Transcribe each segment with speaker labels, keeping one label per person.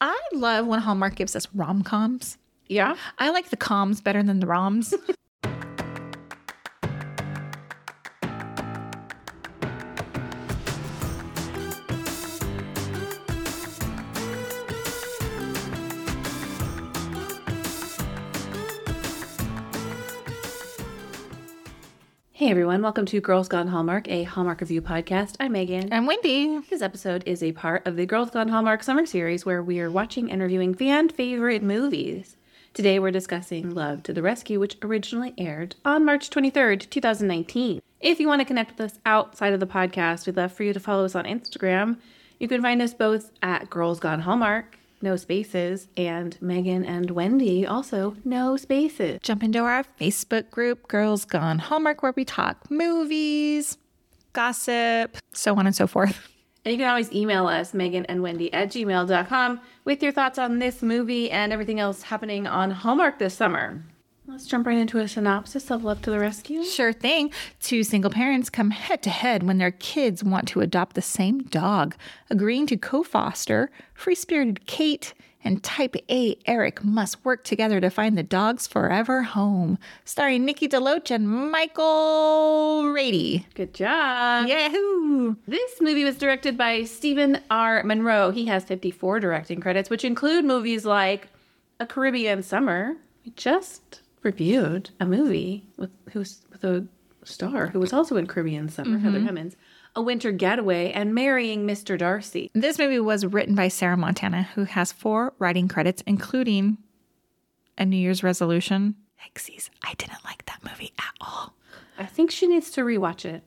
Speaker 1: I love when Hallmark gives us rom coms.
Speaker 2: Yeah.
Speaker 1: I like the coms better than the roms.
Speaker 2: Hey everyone, welcome to Girls Gone Hallmark, a Hallmark review podcast. I'm Megan.
Speaker 1: I'm Wendy.
Speaker 2: This episode is a part of the Girls Gone Hallmark summer series where we are watching and reviewing fan favorite movies. Today we're discussing Love to the Rescue, which originally aired on March 23rd, 2019. If you want to connect with us outside of the podcast, we'd love for you to follow us on Instagram. You can find us both at Girls Gone Hallmark, no spaces, and Megan and Wendy, also no spaces.
Speaker 1: Jump into our Facebook group, Girls Gone Hallmark, where we talk movies, gossip, so on and so forth.
Speaker 2: And you can always email us, Megan and Wendy at gmail.com, with your thoughts on this movie and everything else happening on Hallmark this summer. Let's jump right into a synopsis of Love to the Rescue.
Speaker 1: Sure thing. Two single parents come head to head when their kids want to adopt the same dog, agreeing to co foster. Free spirited Kate and type A Eric must work together to find the dog's forever home. Starring Nikki DeLoach and Michael Rady.
Speaker 2: Good job.
Speaker 1: Yahoo!
Speaker 2: This movie was directed by Stephen R. Monroe. He has 54 directing credits, which include movies like A Caribbean Summer. We just reviewed a movie with who's with a star who was also in Caribbean Summer, Heather Hemmons, A Winter Getaway, and Marrying Mr. Darcy.
Speaker 1: This movie was written by Sarah Montana, who has four writing credits, including a New Year's resolution. Hexies, I didn't like that movie at all.
Speaker 2: I think she needs to rewatch it.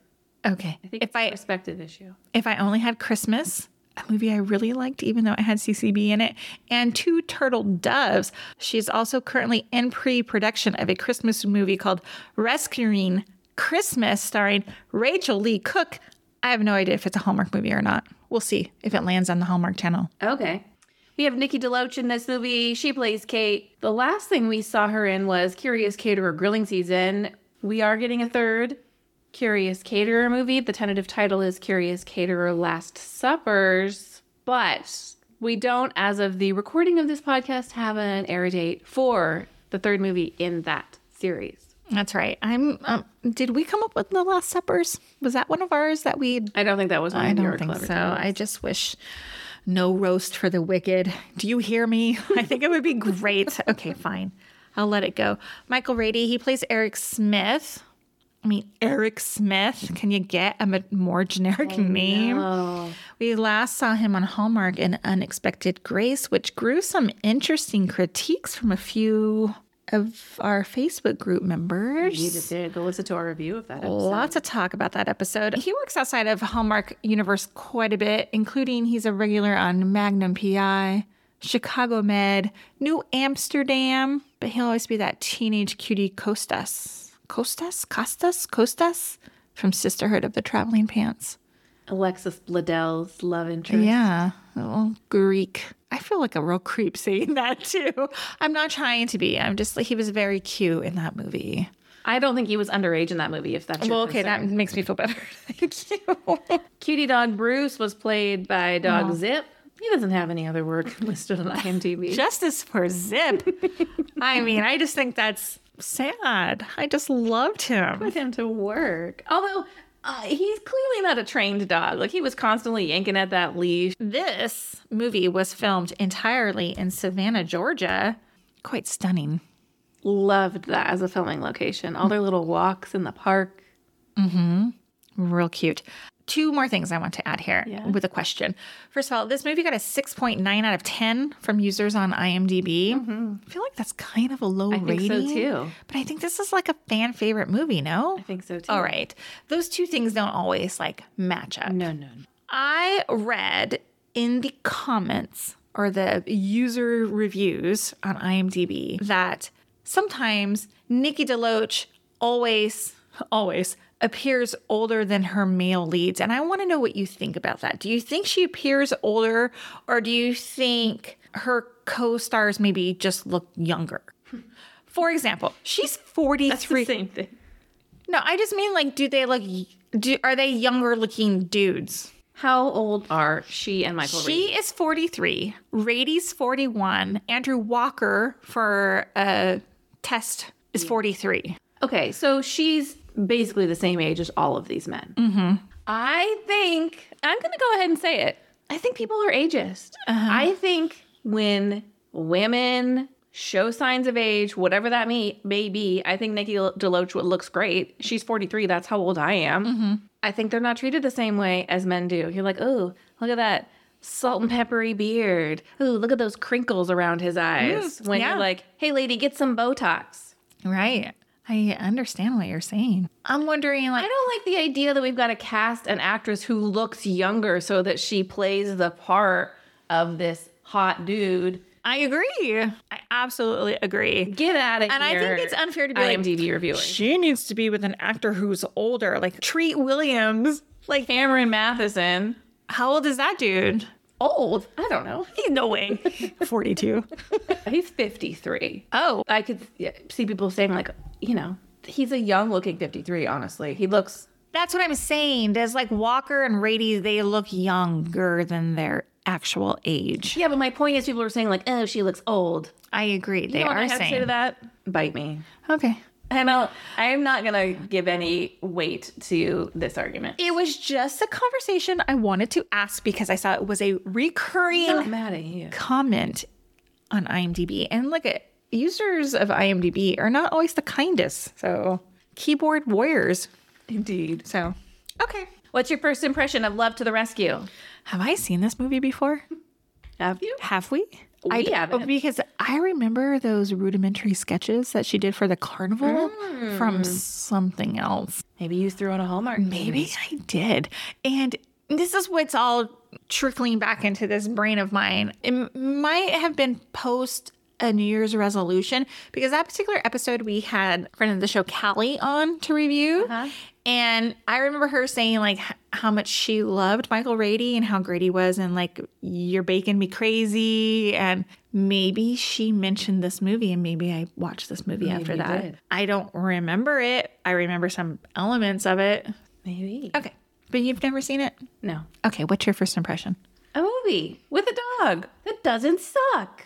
Speaker 1: Okay.
Speaker 2: I think
Speaker 1: if
Speaker 2: it's a
Speaker 1: I
Speaker 2: perspective issue.
Speaker 1: if I only had Christmas, a movie I really liked, even though it had CCB in it, and Two Turtle Doves. She's also currently in pre production of a Christmas movie called Rescuing Christmas, starring Rachel Lee Cook. I have no idea if it's a Hallmark movie or not. We'll see if it lands on the Hallmark channel.
Speaker 2: Okay. We have Nikki DeLoach in this movie. She plays Kate. The last thing we saw her in was Curious Caterer Grilling Season. We are getting a third Curious Caterer movie. The tentative title is Curious Caterer Last Suppers, but we don't, as of the recording of this podcast, have an air date for the third movie in that series.
Speaker 1: That's right. I'm. Um, did we come up with the Last Suppers? Was that one of ours that we?
Speaker 2: I don't think that was one
Speaker 1: I
Speaker 2: of your
Speaker 1: don't think
Speaker 2: clever
Speaker 1: so. I just wish no roast for the wicked. Do you hear me? I think it would be great. okay, fine. I'll let it go. Michael Rady. He plays Eric Smith. I mean, Eric Smith. Can you get a m- more generic name?
Speaker 2: Oh,
Speaker 1: We last saw him on Hallmark in Unexpected Grace, which grew some interesting critiques from a few of our Facebook group members.
Speaker 2: you just did. Go listen to our review of that episode.
Speaker 1: Lots of talk about that episode. He works outside of Hallmark Universe quite a bit, including he's a regular on Magnum PI, Chicago Med, New Amsterdam, but he'll always be that teenage cutie Costas. Costas? Costas? Costas? From Sisterhood of the Traveling Pants.
Speaker 2: Alexis Bledell's love interest.
Speaker 1: Yeah, little Greek. I feel like a real creep saying that too. I'm not trying to be. I'm just like, he was very cute in that movie.
Speaker 2: I don't think he was underage in that movie, if that's your
Speaker 1: Well, okay,
Speaker 2: concern.
Speaker 1: that makes me feel better. Thank you.
Speaker 2: Cutie Dog Bruce was played by Dog Zip. He doesn't have any other work listed on IMDb.
Speaker 1: justice for Zip. I mean, I just think that's sad. I just loved him.
Speaker 2: Put him to work. Although uh, he's clearly not a trained dog. Like he was constantly yanking at that leash.
Speaker 1: This movie was filmed entirely in Savannah, Georgia. Quite stunning.
Speaker 2: Loved that as a filming location. All their little walks in the park.
Speaker 1: Real cute. Two more things I want to add here
Speaker 2: Yeah.
Speaker 1: with a question. First of all, this movie got a 6.9 out of 10 from users on IMDb. I feel like that's kind of a low
Speaker 2: I think
Speaker 1: rating.
Speaker 2: so too.
Speaker 1: But I think this is like a fan favorite movie, no?
Speaker 2: I think so too.
Speaker 1: All right. Those two things don't always like match up.
Speaker 2: No, no, no.
Speaker 1: I read in the comments or the user reviews on IMDb that sometimes Nikki DeLoach always, always appears older than her male leads. And I want to know what you think about that. Do you think she appears older or do you think her co stars maybe just look younger? For example, she's 43.
Speaker 2: It's the same thing.
Speaker 1: No, I just mean like, do they look? Do are they younger looking dudes?
Speaker 2: How old are she and Michael Reed?
Speaker 1: She is 43, Rady's 41, Andrew Walker for a test is 43.
Speaker 2: Okay, so she's basically the same age as all of these men. Mm-hmm. I think I'm going to go ahead and say it. I think people are ageist. I think when women show signs of age, whatever that may, may be, I think Nikki DeLoach looks great. She's 43. That's how old I am. I think they're not treated the same way as men do. You're like, oh, look at that salt and peppery beard. Oh, look at those crinkles around his eyes.
Speaker 1: Mm,
Speaker 2: when
Speaker 1: yeah.
Speaker 2: you're like, hey, lady, get some Botox.
Speaker 1: Right. I understand what you're saying. I'm wondering, like,
Speaker 2: I don't like the idea that we've got to cast an actress who looks younger so that she plays the part of this hot dude.
Speaker 1: I agree. I absolutely agree.
Speaker 2: Get out of
Speaker 1: And I
Speaker 2: here.
Speaker 1: think it's unfair to be like,
Speaker 2: IMDb reviewing.
Speaker 1: She needs to be with an actor who's older, like Treat Williams. Like,
Speaker 2: Cameron Matheson.
Speaker 1: how old is that dude?
Speaker 2: Old. I don't know.
Speaker 1: He's no way. 42.
Speaker 2: He's 53.
Speaker 1: Oh,
Speaker 2: I could yeah, see people saying, like, you know, he's a young looking 53, honestly. He looks.
Speaker 1: that's what I'm saying. Does like Walker and Rady, they look younger than their actual age.
Speaker 2: Yeah, but my point is, people are saying, like, oh, she looks old.
Speaker 1: I agree. They
Speaker 2: You know what
Speaker 1: are
Speaker 2: I have to
Speaker 1: saying
Speaker 2: say to that? Bite me.
Speaker 1: Okay.
Speaker 2: I don't, I am not going to give any weight to this argument.
Speaker 1: It was just a conversation I wanted to ask because I saw it was a recurring
Speaker 2: I'm mad at you.
Speaker 1: comment on IMDb. And look at users of IMDb are not always the kindest. So, keyboard warriors.
Speaker 2: Indeed.
Speaker 1: So, okay.
Speaker 2: What's your first impression of Love to the Rescue?
Speaker 1: Have I seen this movie before?
Speaker 2: Have you?
Speaker 1: Have we?
Speaker 2: We
Speaker 1: I d-
Speaker 2: haven't.
Speaker 1: because I remember those rudimentary sketches that she did for the carnival from something else.
Speaker 2: Maybe you threw on a Hallmark.
Speaker 1: Maybe
Speaker 2: Mm-hmm.
Speaker 1: I did. And this is what's all trickling back into this brain of mine. It m- might have been post a New Year's resolution because that particular episode we had friend of the show Callie on to review.
Speaker 2: Uh-huh.
Speaker 1: And I remember her saying like h- how much she loved Michael Rady and how great he was and like you're baking me crazy and maybe she mentioned this movie and maybe I watched this movie after
Speaker 2: you
Speaker 1: that.
Speaker 2: did.
Speaker 1: I don't remember it. I remember some elements of it.
Speaker 2: Maybe.
Speaker 1: Okay. But you've never seen it?
Speaker 2: No.
Speaker 1: Okay, what's your first impression?
Speaker 2: A movie with a dog that doesn't suck.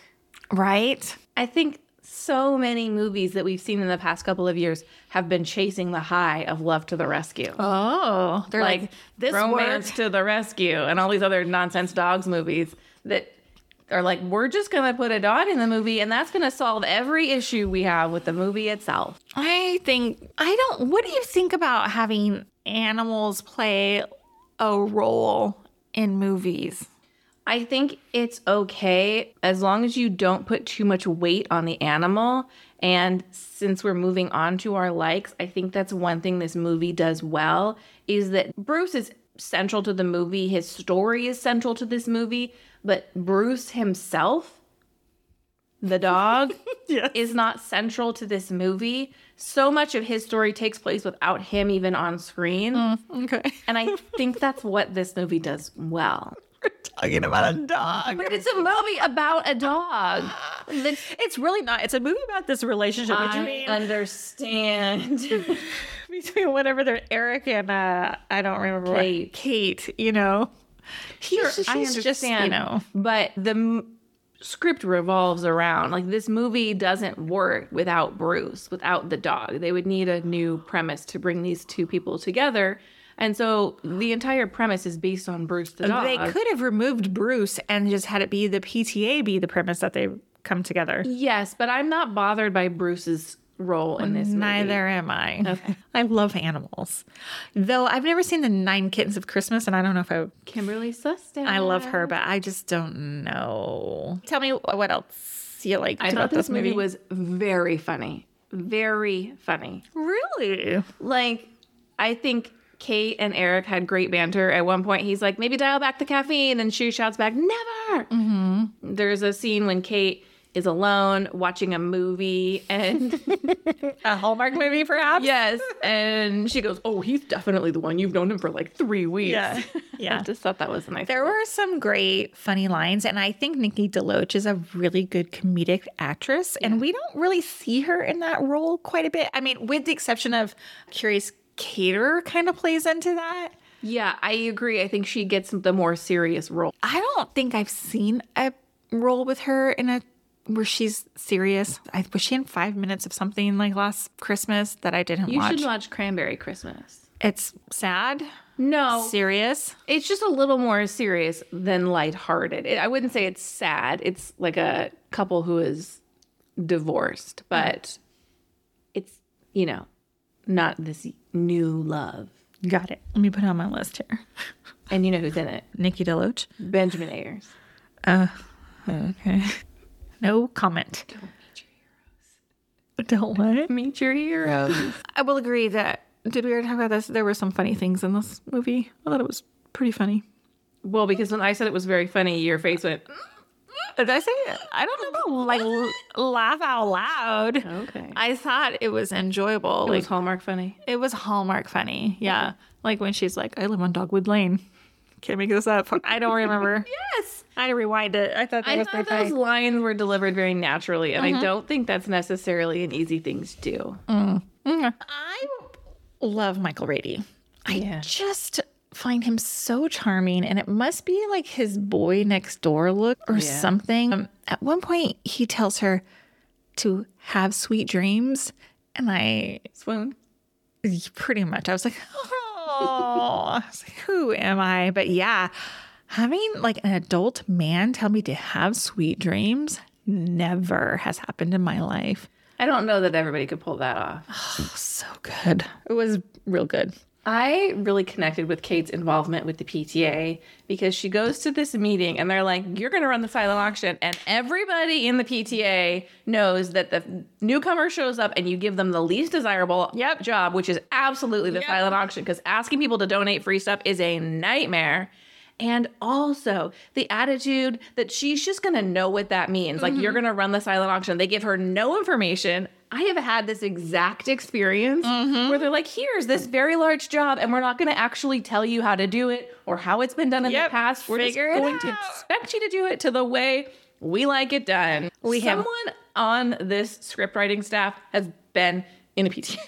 Speaker 1: Right?
Speaker 2: I think so many movies that we've seen in the past couple of years have been chasing the high of Love to the Rescue.
Speaker 1: Oh, they're like, this
Speaker 2: romance
Speaker 1: works.
Speaker 2: to the rescue and all these other nonsense dogs movies that are like we're just gonna put a dog in the movie and that's gonna solve every issue we have with the movie itself
Speaker 1: I think I don't what do you think about having animals play a role in movies?
Speaker 2: I think it's okay as long as you don't put too much weight on the animal. And since we're moving on to our likes, I think that's one thing this movie does well is that Bruce is central to the movie. His story is central to this movie, but Bruce himself, the dog,
Speaker 1: Yes.
Speaker 2: is not central to this movie. So much of his story takes place without him even on screen.
Speaker 1: Mm. Okay.
Speaker 2: And I think that's what this movie does well.
Speaker 1: Talking about a dog.
Speaker 2: But it's a movie about a dog.
Speaker 1: It's really not. It's a movie about this relationship
Speaker 2: I
Speaker 1: uh,
Speaker 2: understand.
Speaker 1: between whatever they're Eric and uh I don't remember what-
Speaker 2: Kate.
Speaker 1: Kate, you know. Sure,
Speaker 2: I
Speaker 1: just, you
Speaker 2: understand.
Speaker 1: know.
Speaker 2: But the m- script revolves around like this movie doesn't work without Bruce, without the dog. They would need a new premise to bring these two people together. And so the entire premise is based on Bruce the dog.
Speaker 1: They could have removed Bruce and just had it be the PTA be the premise that they come together.
Speaker 2: Yes, but I'm not bothered by Bruce's role in this movie.
Speaker 1: Neither am I. Okay. I love animals. Though I've never seen the Nine Kittens of Christmas and I don't know if I
Speaker 2: Kimberly Sustan.
Speaker 1: I love her, but I just don't know. Tell me what else you liked
Speaker 2: I
Speaker 1: about
Speaker 2: thought this movie was very funny. Very funny.
Speaker 1: really
Speaker 2: like I think Kate and Eric had great banter. At one point, he's like, "Maybe dial back the caffeine," and she shouts back, "Never!" Mm-hmm. There's a scene when Kate is alone watching a movie, and
Speaker 1: a Hallmark movie, perhaps.
Speaker 2: yes, and she goes, "Oh, he's definitely the one. You've known him for like three weeks."
Speaker 1: Yeah.
Speaker 2: I
Speaker 1: Yeah.
Speaker 2: just thought that was nice.
Speaker 1: There were some great funny lines, and I think Nikki DeLoach is a really good comedic actress, and we don't really see her in that role quite a bit. I mean, with the exception of Curious Cater, kind of plays into that.
Speaker 2: Yeah, I agree. I think she gets the more serious role.
Speaker 1: I don't think I've seen a role with her in a where she's serious. I was she in five minutes of something like last Christmas that I didn't
Speaker 2: You
Speaker 1: watch.
Speaker 2: should watch Cranberry Christmas.
Speaker 1: It's sad,
Speaker 2: No,
Speaker 1: serious.
Speaker 2: it's just a little more serious than lighthearted. It, I wouldn't say it's sad. It's like a couple who is divorced, but it's, you know, not this new love.
Speaker 1: Got it. Let me put it on my list here.
Speaker 2: And you know who's in it?
Speaker 1: Nikki Deloach.
Speaker 2: Benjamin Ayers.
Speaker 1: Okay. No comment. Don't what?
Speaker 2: Meet your heroes.
Speaker 1: I will agree that did we already talk about this? There were some funny things in this movie. I thought it was pretty funny.
Speaker 2: well, because when I said it was very funny, your face went,
Speaker 1: Did I say it? I don't know about like l- laugh out loud.
Speaker 2: okay.
Speaker 1: I thought it was enjoyable. like
Speaker 2: It was Hallmark funny.
Speaker 1: it was Hallmark funny. Yeah. Like when she's like, I live on Dogwood Lane. Can't make this up. I don't remember.
Speaker 2: Yes.
Speaker 1: I rewind it. I thought that
Speaker 2: I
Speaker 1: was
Speaker 2: thought Mm-hmm.
Speaker 1: pretty
Speaker 2: those
Speaker 1: funny.
Speaker 2: lines were delivered very naturally, and I don't think that's necessarily an easy thing to do.
Speaker 1: I love Michael Rady. I
Speaker 2: Yeah.
Speaker 1: just find him so charming, and it must be like his boy next door look or something. Um, at one point, he tells her to have sweet dreams, and I
Speaker 2: Swoon.
Speaker 1: pretty much I was like, oh, I was like, who am I? But yeah, having like an adult man tell me to have sweet dreams never has happened in my life.
Speaker 2: I don't know that everybody could pull that off.
Speaker 1: So good. It was real good.
Speaker 2: I really connected with Kate's involvement with the PTA because she goes to this meeting and they're like, You're going to run the silent auction. And everybody in the PTA knows that the newcomer shows up and you give them the least desirable
Speaker 1: Yep.
Speaker 2: job, which is absolutely the silent auction because asking people to donate free stuff is a nightmare. And also the attitude that she's just gonna know what that means. Like, you're gonna run the silent auction. They give her no information. I have had this exact experience where they're like, here's this very large job, and we're not gonna actually tell you how to do it or how it's been done in
Speaker 1: Yep.
Speaker 2: the past. We're
Speaker 1: Figure it
Speaker 2: just going to
Speaker 1: out.
Speaker 2: expect you to do it to the way we like it done.
Speaker 1: We have-
Speaker 2: Someone on this script writing staff has been in a PTA.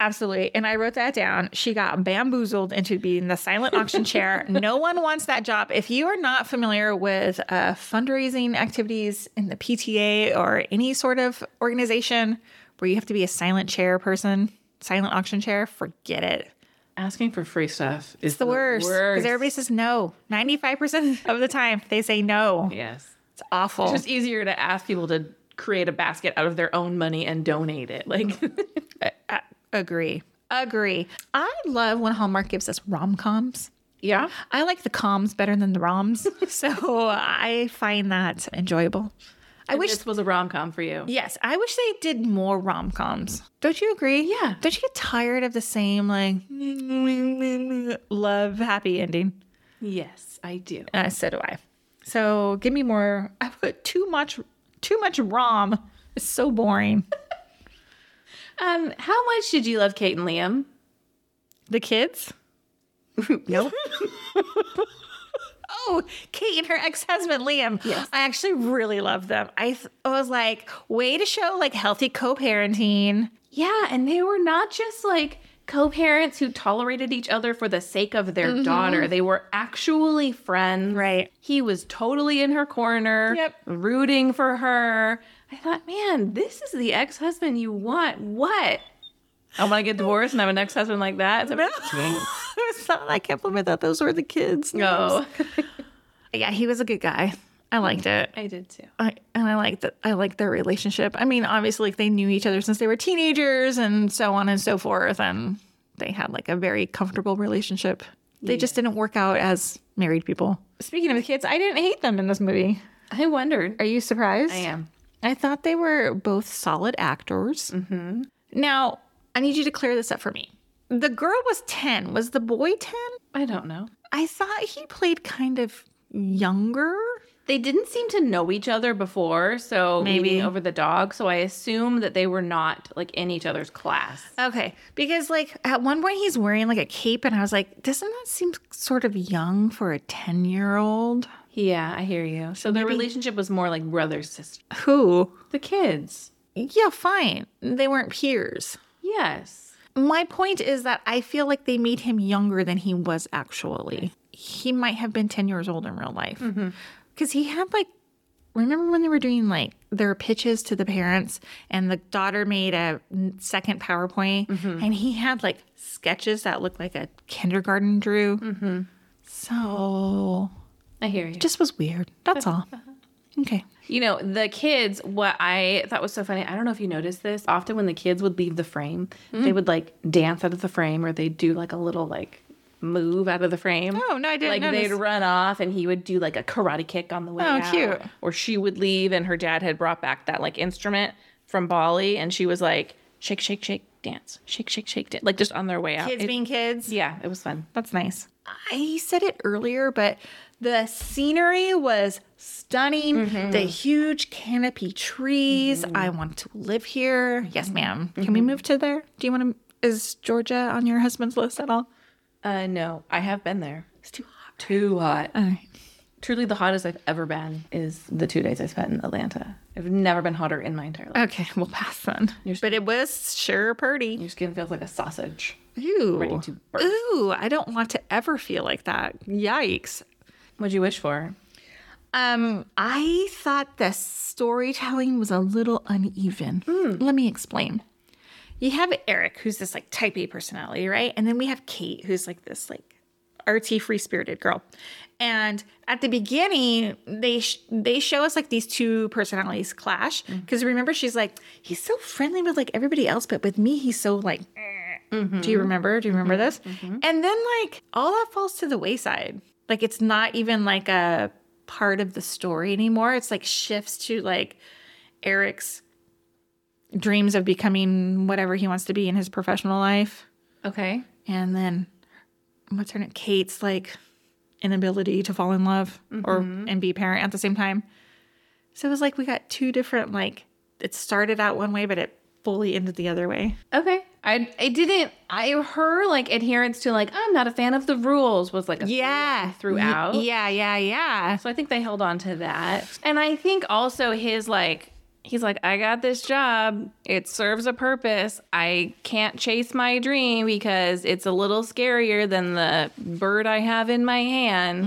Speaker 1: Absolutely. And I wrote that down. She got bamboozled into being the silent auction chair. No one wants that job. If you are not familiar with uh, fundraising activities in the PTA or any sort of organization where you have to be a silent chair person, silent auction chair, forget it.
Speaker 2: Asking for free stuff is
Speaker 1: It's the worst. Because everybody says no. 95% of the time, they say no.
Speaker 2: yes.
Speaker 1: It's awful.
Speaker 2: It's just easier to ask people to create a basket out of their own money and donate it. Like,
Speaker 1: Agree. Agree. I love when Hallmark gives us rom coms.
Speaker 2: yeah.
Speaker 1: I like the comms better than the roms, so I find that enjoyable. I wish,
Speaker 2: this was a rom com for you.
Speaker 1: yes, I wish they did more rom coms. Don't you agree?
Speaker 2: Yeah.
Speaker 1: Don't you get tired of the same like love happy ending?
Speaker 2: Yes, I do.
Speaker 1: Uh, so do I. So give me more. I put too much, too much rom. It's so boring.
Speaker 2: Um, how much did you love Kate and Liam?
Speaker 1: The kids.
Speaker 2: Nope.
Speaker 1: Oh, Kate and her ex-husband Liam.
Speaker 2: Yes.
Speaker 1: I actually really love them. I, th- I was like, way to show like healthy co-parenting.
Speaker 2: yeah, and they were not just like co-parents who tolerated each other for the sake of their daughter. They were actually friends.
Speaker 1: Right.
Speaker 2: He was totally in her corner,
Speaker 1: Yep.
Speaker 2: rooting for her. I thought, man, this is the ex-husband you want. What? I want to get divorced and have an ex-husband like that. It's-
Speaker 1: it's not like compliment that those were the kids.
Speaker 2: No.
Speaker 1: Yeah, he was a good guy. I liked it.
Speaker 2: I did too.
Speaker 1: I, and I liked that. I liked their relationship. I mean, obviously, like, they knew each other since they were teenagers, and so on and so forth. And they had like a very comfortable relationship. They just didn't work out as married people. Speaking of the kids, I didn't hate them in this movie.
Speaker 2: I wondered.
Speaker 1: Are you surprised?
Speaker 2: I am.
Speaker 1: I thought they were both solid actors. Mm-hmm. Now, I need you to clear this up for me. The girl was 10. Was the boy 10?
Speaker 2: I don't know.
Speaker 1: I thought he played kind of younger.
Speaker 2: They didn't seem to know each other before, so
Speaker 1: Maybe.
Speaker 2: maybe over the dog. So I assume that they were not like in each other's class.
Speaker 1: Okay. Because, like, at one point he's wearing like a cape, and I was like, doesn't that seem sort of young for a 10 year old?
Speaker 2: Yeah, I hear you. So their relationship was more like brother sister.
Speaker 1: Who?
Speaker 2: The kids.
Speaker 1: Yeah, fine. They weren't peers.
Speaker 2: Yes.
Speaker 1: My point is that I feel like they made him younger than he was actually. He might have been 10 years old in real life. Because he had like, remember when they were doing like their pitches to the parents and the daughter made a n- second PowerPoint and he had like sketches that looked like a kindergarten drew. So
Speaker 2: I hear you.
Speaker 1: just was weird. That's all. Okay.
Speaker 2: You know, the kids, what I thought was so funny, I don't know if you noticed this, often when the kids would leave the frame, they would like dance out of the frame or they'd do like a little like move out of the frame.
Speaker 1: Oh, no, I didn't
Speaker 2: Like
Speaker 1: notice.
Speaker 2: they'd run off and he would do like a karate kick on the way
Speaker 1: Oh,
Speaker 2: out.
Speaker 1: cute.
Speaker 2: Or she would leave and her dad had brought back that like instrument from Bali and she was like, shake, shake, shake, dance, shake, shake, shake, dance. Like just on their way out.
Speaker 1: Kids
Speaker 2: It-
Speaker 1: being kids.
Speaker 2: yeah, it was fun.
Speaker 1: That's nice. I said it earlier, but the scenery was stunning. The huge canopy trees. I want to live here. Yes, madam Can we move to there? Do you want to? Is Georgia on your husband's list at all?
Speaker 2: Uh, no, I have been there. It's too hot. Too hot.
Speaker 1: All right.
Speaker 2: truly the hottest I've ever been is the two days I spent in Atlanta. I've never been hotter in my entire life.
Speaker 1: Okay, we'll pass then. But it was sure pretty.
Speaker 2: Your skin feels like a sausage.
Speaker 1: Ooh.
Speaker 2: ready to burst.
Speaker 1: Ooh, I don't want to ever feel like that. Yikes.
Speaker 2: What'd you wish for?
Speaker 1: Um, I thought the storytelling was a little uneven. Let me explain. You have Eric, who's this like type A personality, right? And then we have Kate, who's like this like artsy, free spirited girl. And at the beginning, they sh- they show us like these two personalities clash because remember she's like he's so friendly with like everybody else, but with me he's so like. eh." Do you remember? Do you remember this? And then like all that falls to the wayside. Like it's not even like a part of the story anymore. It's like shifts to like Eric's dreams of becoming whatever he wants to be in his professional life.
Speaker 2: Okay.
Speaker 1: And then what's her name? Kate's like inability to fall in love or and be a parent at the same time. So it was like we got two different like it started out one way, but it fully ended the other way.
Speaker 2: Okay. I I didn't I her like adherence to like I'm not a fan of the rules was like a
Speaker 1: Yeah.
Speaker 2: throughout.
Speaker 1: yeah, yeah, yeah.
Speaker 2: So I think they held on to that. And I think also his like he's like I got this job. It serves a purpose. I can't chase my dream because it's a little scarier than the bird I have in my hand.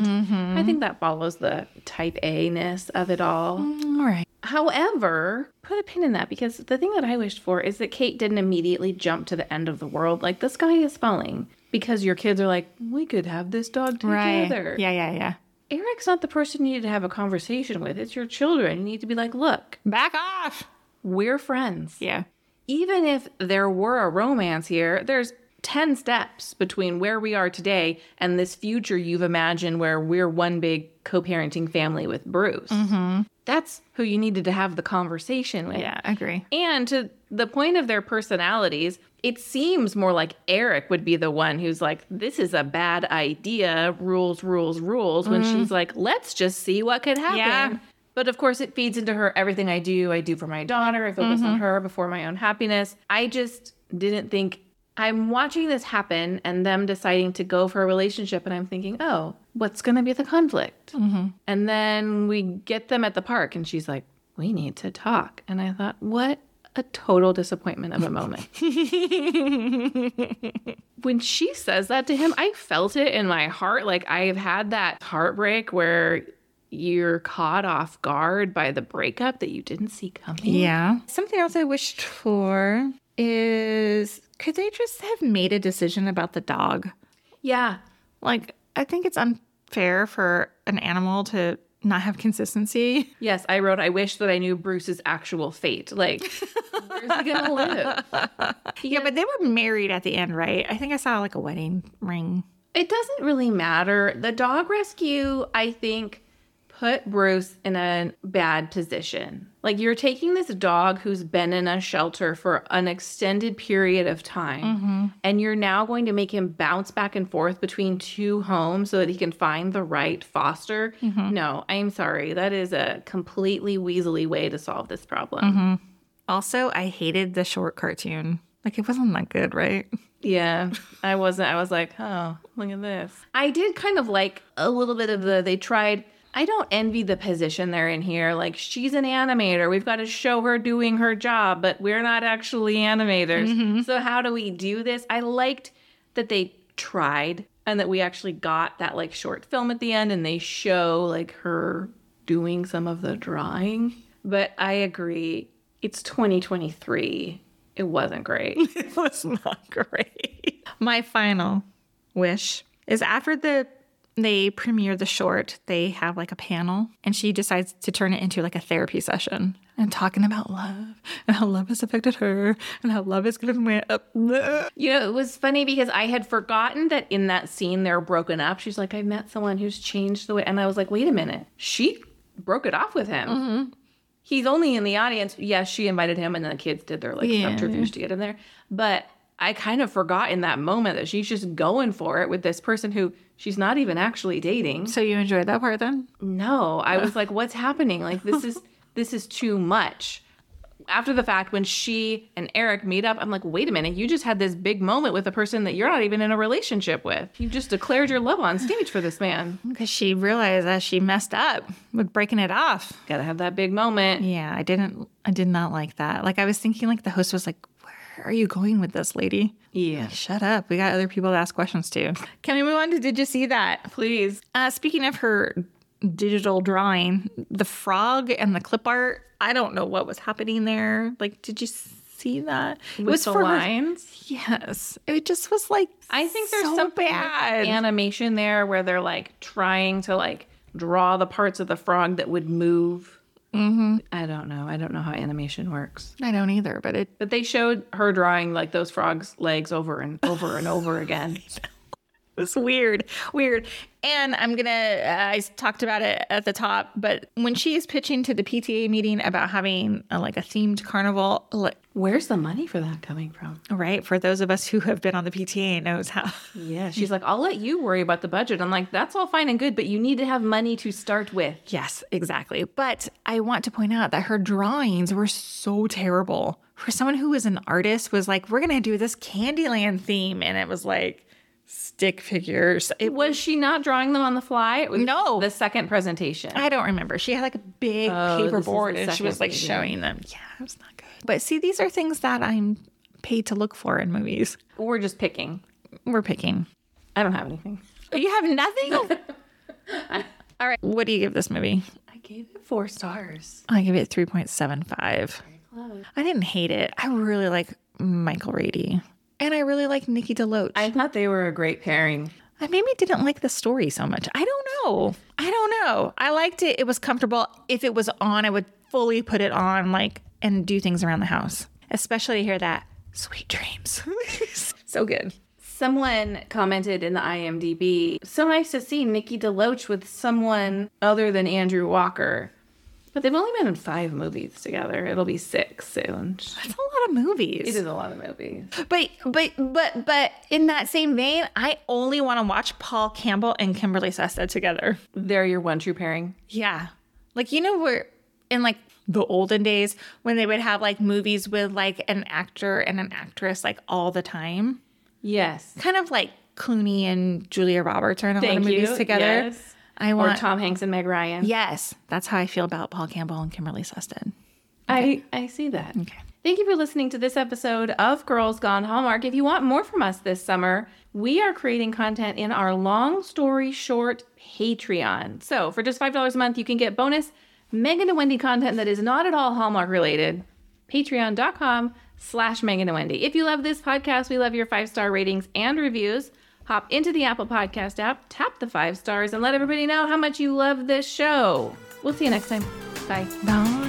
Speaker 2: I think that follows the type A-ness of it all.
Speaker 1: All right.
Speaker 2: However, put a pin in that because the thing that I wished for is that Kate didn't immediately jump to the end of the world like the sky is falling because your kids are like we could have this dog together.
Speaker 1: Yeah, yeah, yeah.
Speaker 2: Eric's not the person you need to have a conversation with. It's your children. You need to be like, look,
Speaker 1: Back off.
Speaker 2: we're friends.
Speaker 1: Yeah.
Speaker 2: Even if there were a romance here, there's 10 steps between where we are today and this future you've imagined where we're one big co parenting family with Bruce. That's who you needed to have the conversation with.
Speaker 1: Mm-hmm. Yeah, agree.
Speaker 2: And to the point of their personalities, it seems more like Eric would be the one who's like, this is a bad idea, rules, rules, rules, when she's like, let's just see what could happen.
Speaker 1: Yeah.
Speaker 2: But of course, it feeds into her everything I do, I do for my daughter, I focus on her before my own happiness. I just didn't think. I'm watching this happen and them deciding to go for a relationship, and I'm thinking, oh, what's going to be the conflict? And then we get them at the park, and she's like, we need to talk. And I thought, what a total disappointment of a moment. when she says that to him, I felt it in my heart. Like I've had that heartbreak where you're caught off guard by the breakup that you didn't see coming.
Speaker 1: Yeah. Something else I wished for is could they just have made a decision about the dog?
Speaker 2: Yeah.
Speaker 1: Like, I think it's unfair for an animal to not have consistency.
Speaker 2: Yes, I wrote, I wish that I knew Bruce's actual fate. Like, where's he gonna live?
Speaker 1: Yeah, but they were married at the end, right? I think I saw like a wedding ring.
Speaker 2: It doesn't really matter. The dog rescue, I think, put Bruce in a bad position. Like you're taking this dog who's been in a shelter for an extended period of time, and you're now going to make him bounce back and forth between two homes so that he can find the right foster. No, I'm sorry. That is a completely weaselly way to solve this problem.
Speaker 1: Also, I hated the short cartoon. Like, it wasn't that good, right?
Speaker 2: Yeah, I wasn't. I was like, oh, look at this. I did kind of like a little bit of the. They tried. I don't envy the position they're in here. Like, she's an animator. We've got to show her doing her job, but we're not actually animators. So, how do we do this? I liked that they tried and that we actually got that like short film at the end and they show like her doing some of the drawing. But I agree. It's 2023. It wasn't great.
Speaker 1: it was not great. My final wish is after the they premiere the short, they have like a panel and she decides to turn it into like a therapy session and talking about love and how love has affected her and how love is gonna win up.
Speaker 2: You know, it was funny because I had forgotten that in that scene they're broken up. She's like, I met someone who's changed the way. And I was like, wait a minute. She broke it off with him. He's only in the audience. Yes, she invited him, and then the kids did their like
Speaker 1: Yeah.
Speaker 2: subterfuge to get him there. But I kind of forgot in that moment that she's just going for it with this person who she's not even actually dating.
Speaker 1: So you enjoyed that part then?
Speaker 2: No, I was like, what's happening? Like this is this is too much. After the fact, when she and Eric meet up, I'm like, wait a minute, you just had this big moment with a person that you're not even in a relationship with. You just declared your love on stage for this man.
Speaker 1: Because she realized that she messed up with breaking it off.
Speaker 2: Gotta have that big moment.
Speaker 1: Yeah, I didn't I did not like that. Like I was thinking like the host was like, Where are you going with this lady?
Speaker 2: Yeah.
Speaker 1: Shut up. We got other people to ask questions to. Can we move on to did you see that?
Speaker 2: Please.
Speaker 1: Uh, speaking of her digital drawing, the frog and the clip art, I don't know what was happening there. Like, did you see that? it
Speaker 2: With the
Speaker 1: her-
Speaker 2: lines.
Speaker 1: Yes. It just was like,
Speaker 2: I think there's
Speaker 1: so
Speaker 2: something with
Speaker 1: bad.
Speaker 2: animation there where they're like trying to like draw the parts of the frog that would move. Mm-hmm. I don't know. I don't know how animation works.
Speaker 1: I don't either, but it.
Speaker 2: But they showed her drawing like those frogs' legs over and over and over again.
Speaker 1: It was weird, weird. And I'm going to, uh, I talked about it at the top, but when she is pitching to the PTA meeting about having a, like a themed carnival, like,
Speaker 2: Where's the money for that coming from?
Speaker 1: right? For those of us who have been on the PTA knows how.
Speaker 2: Yeah, she's like, I'll let you worry about the budget. I'm like, that's all fine and good, but you need to have money to start with.
Speaker 1: Yes, exactly. But I want to point out that her drawings were so terrible. For someone who is an artist was like, we're going to do this Candyland theme and it was like stick figures. It
Speaker 2: Was she not drawing them on the fly? It was
Speaker 1: No.
Speaker 2: the second presentation.
Speaker 1: I don't remember. She had like a big
Speaker 2: Oh, this
Speaker 1: paper
Speaker 2: is the
Speaker 1: board and she
Speaker 2: second
Speaker 1: was like
Speaker 2: video.
Speaker 1: showing them. Yeah, it was not good. But see, these are things that I'm paid to look for in movies.
Speaker 2: We're just picking.
Speaker 1: We're picking.
Speaker 2: I don't have anything.
Speaker 1: You have nothing? All right. What do you give this movie?
Speaker 2: I gave it four stars.
Speaker 1: I give it 3.75. I didn't hate it. I really like Michael Rady. And I really like Nikki DeLoach.
Speaker 2: I
Speaker 1: I,
Speaker 2: thought they were a great pairing.
Speaker 1: maybe didn't like the story so much. I don't know. I don't know. I liked it. It was comfortable. If it was on, I would fully put it on, like, and do things around the house, especially hear that sweet dreams. so good.
Speaker 2: Someone commented in the IMDb, so nice to see Nikki DeLoach with someone other than Andrew Walker. But they've only been in five movies together. It'll be six soon.
Speaker 1: That's a lot of movies.
Speaker 2: It is a lot of movies.
Speaker 1: But but but but in that same vein, I only want to watch Paul Campbell and Kimberly Sesta together.
Speaker 2: They're your one true pairing.
Speaker 1: Yeah. Like, you know, where in like the olden days when they would have like movies with like an actor and an actress like all the time,
Speaker 2: Yes.
Speaker 1: kind of like Clooney and Julia Roberts are in a lot of movies together.
Speaker 2: Yes.
Speaker 1: I
Speaker 2: Or
Speaker 1: want,
Speaker 2: Tom Hanks and Meg Ryan.
Speaker 1: yes, that's how I feel about Paul Campbell and Kimberly Susted.
Speaker 2: I, I see that.
Speaker 1: Okay.
Speaker 2: Thank you for listening to this episode of Girls Gone Hallmark. If you want more from us this summer, we are creating content in our long story short Patreon. So for just $5 a month, you can get bonus Megan and Wendy content that is not at all Hallmark related. Patreon.com slash Megan and Wendy. If you love this podcast, we love your five star ratings and reviews. Hop into the Apple Podcast app, tap the five stars, and let everybody know how much you love this show. We'll see you next time. Bye.
Speaker 1: Bye.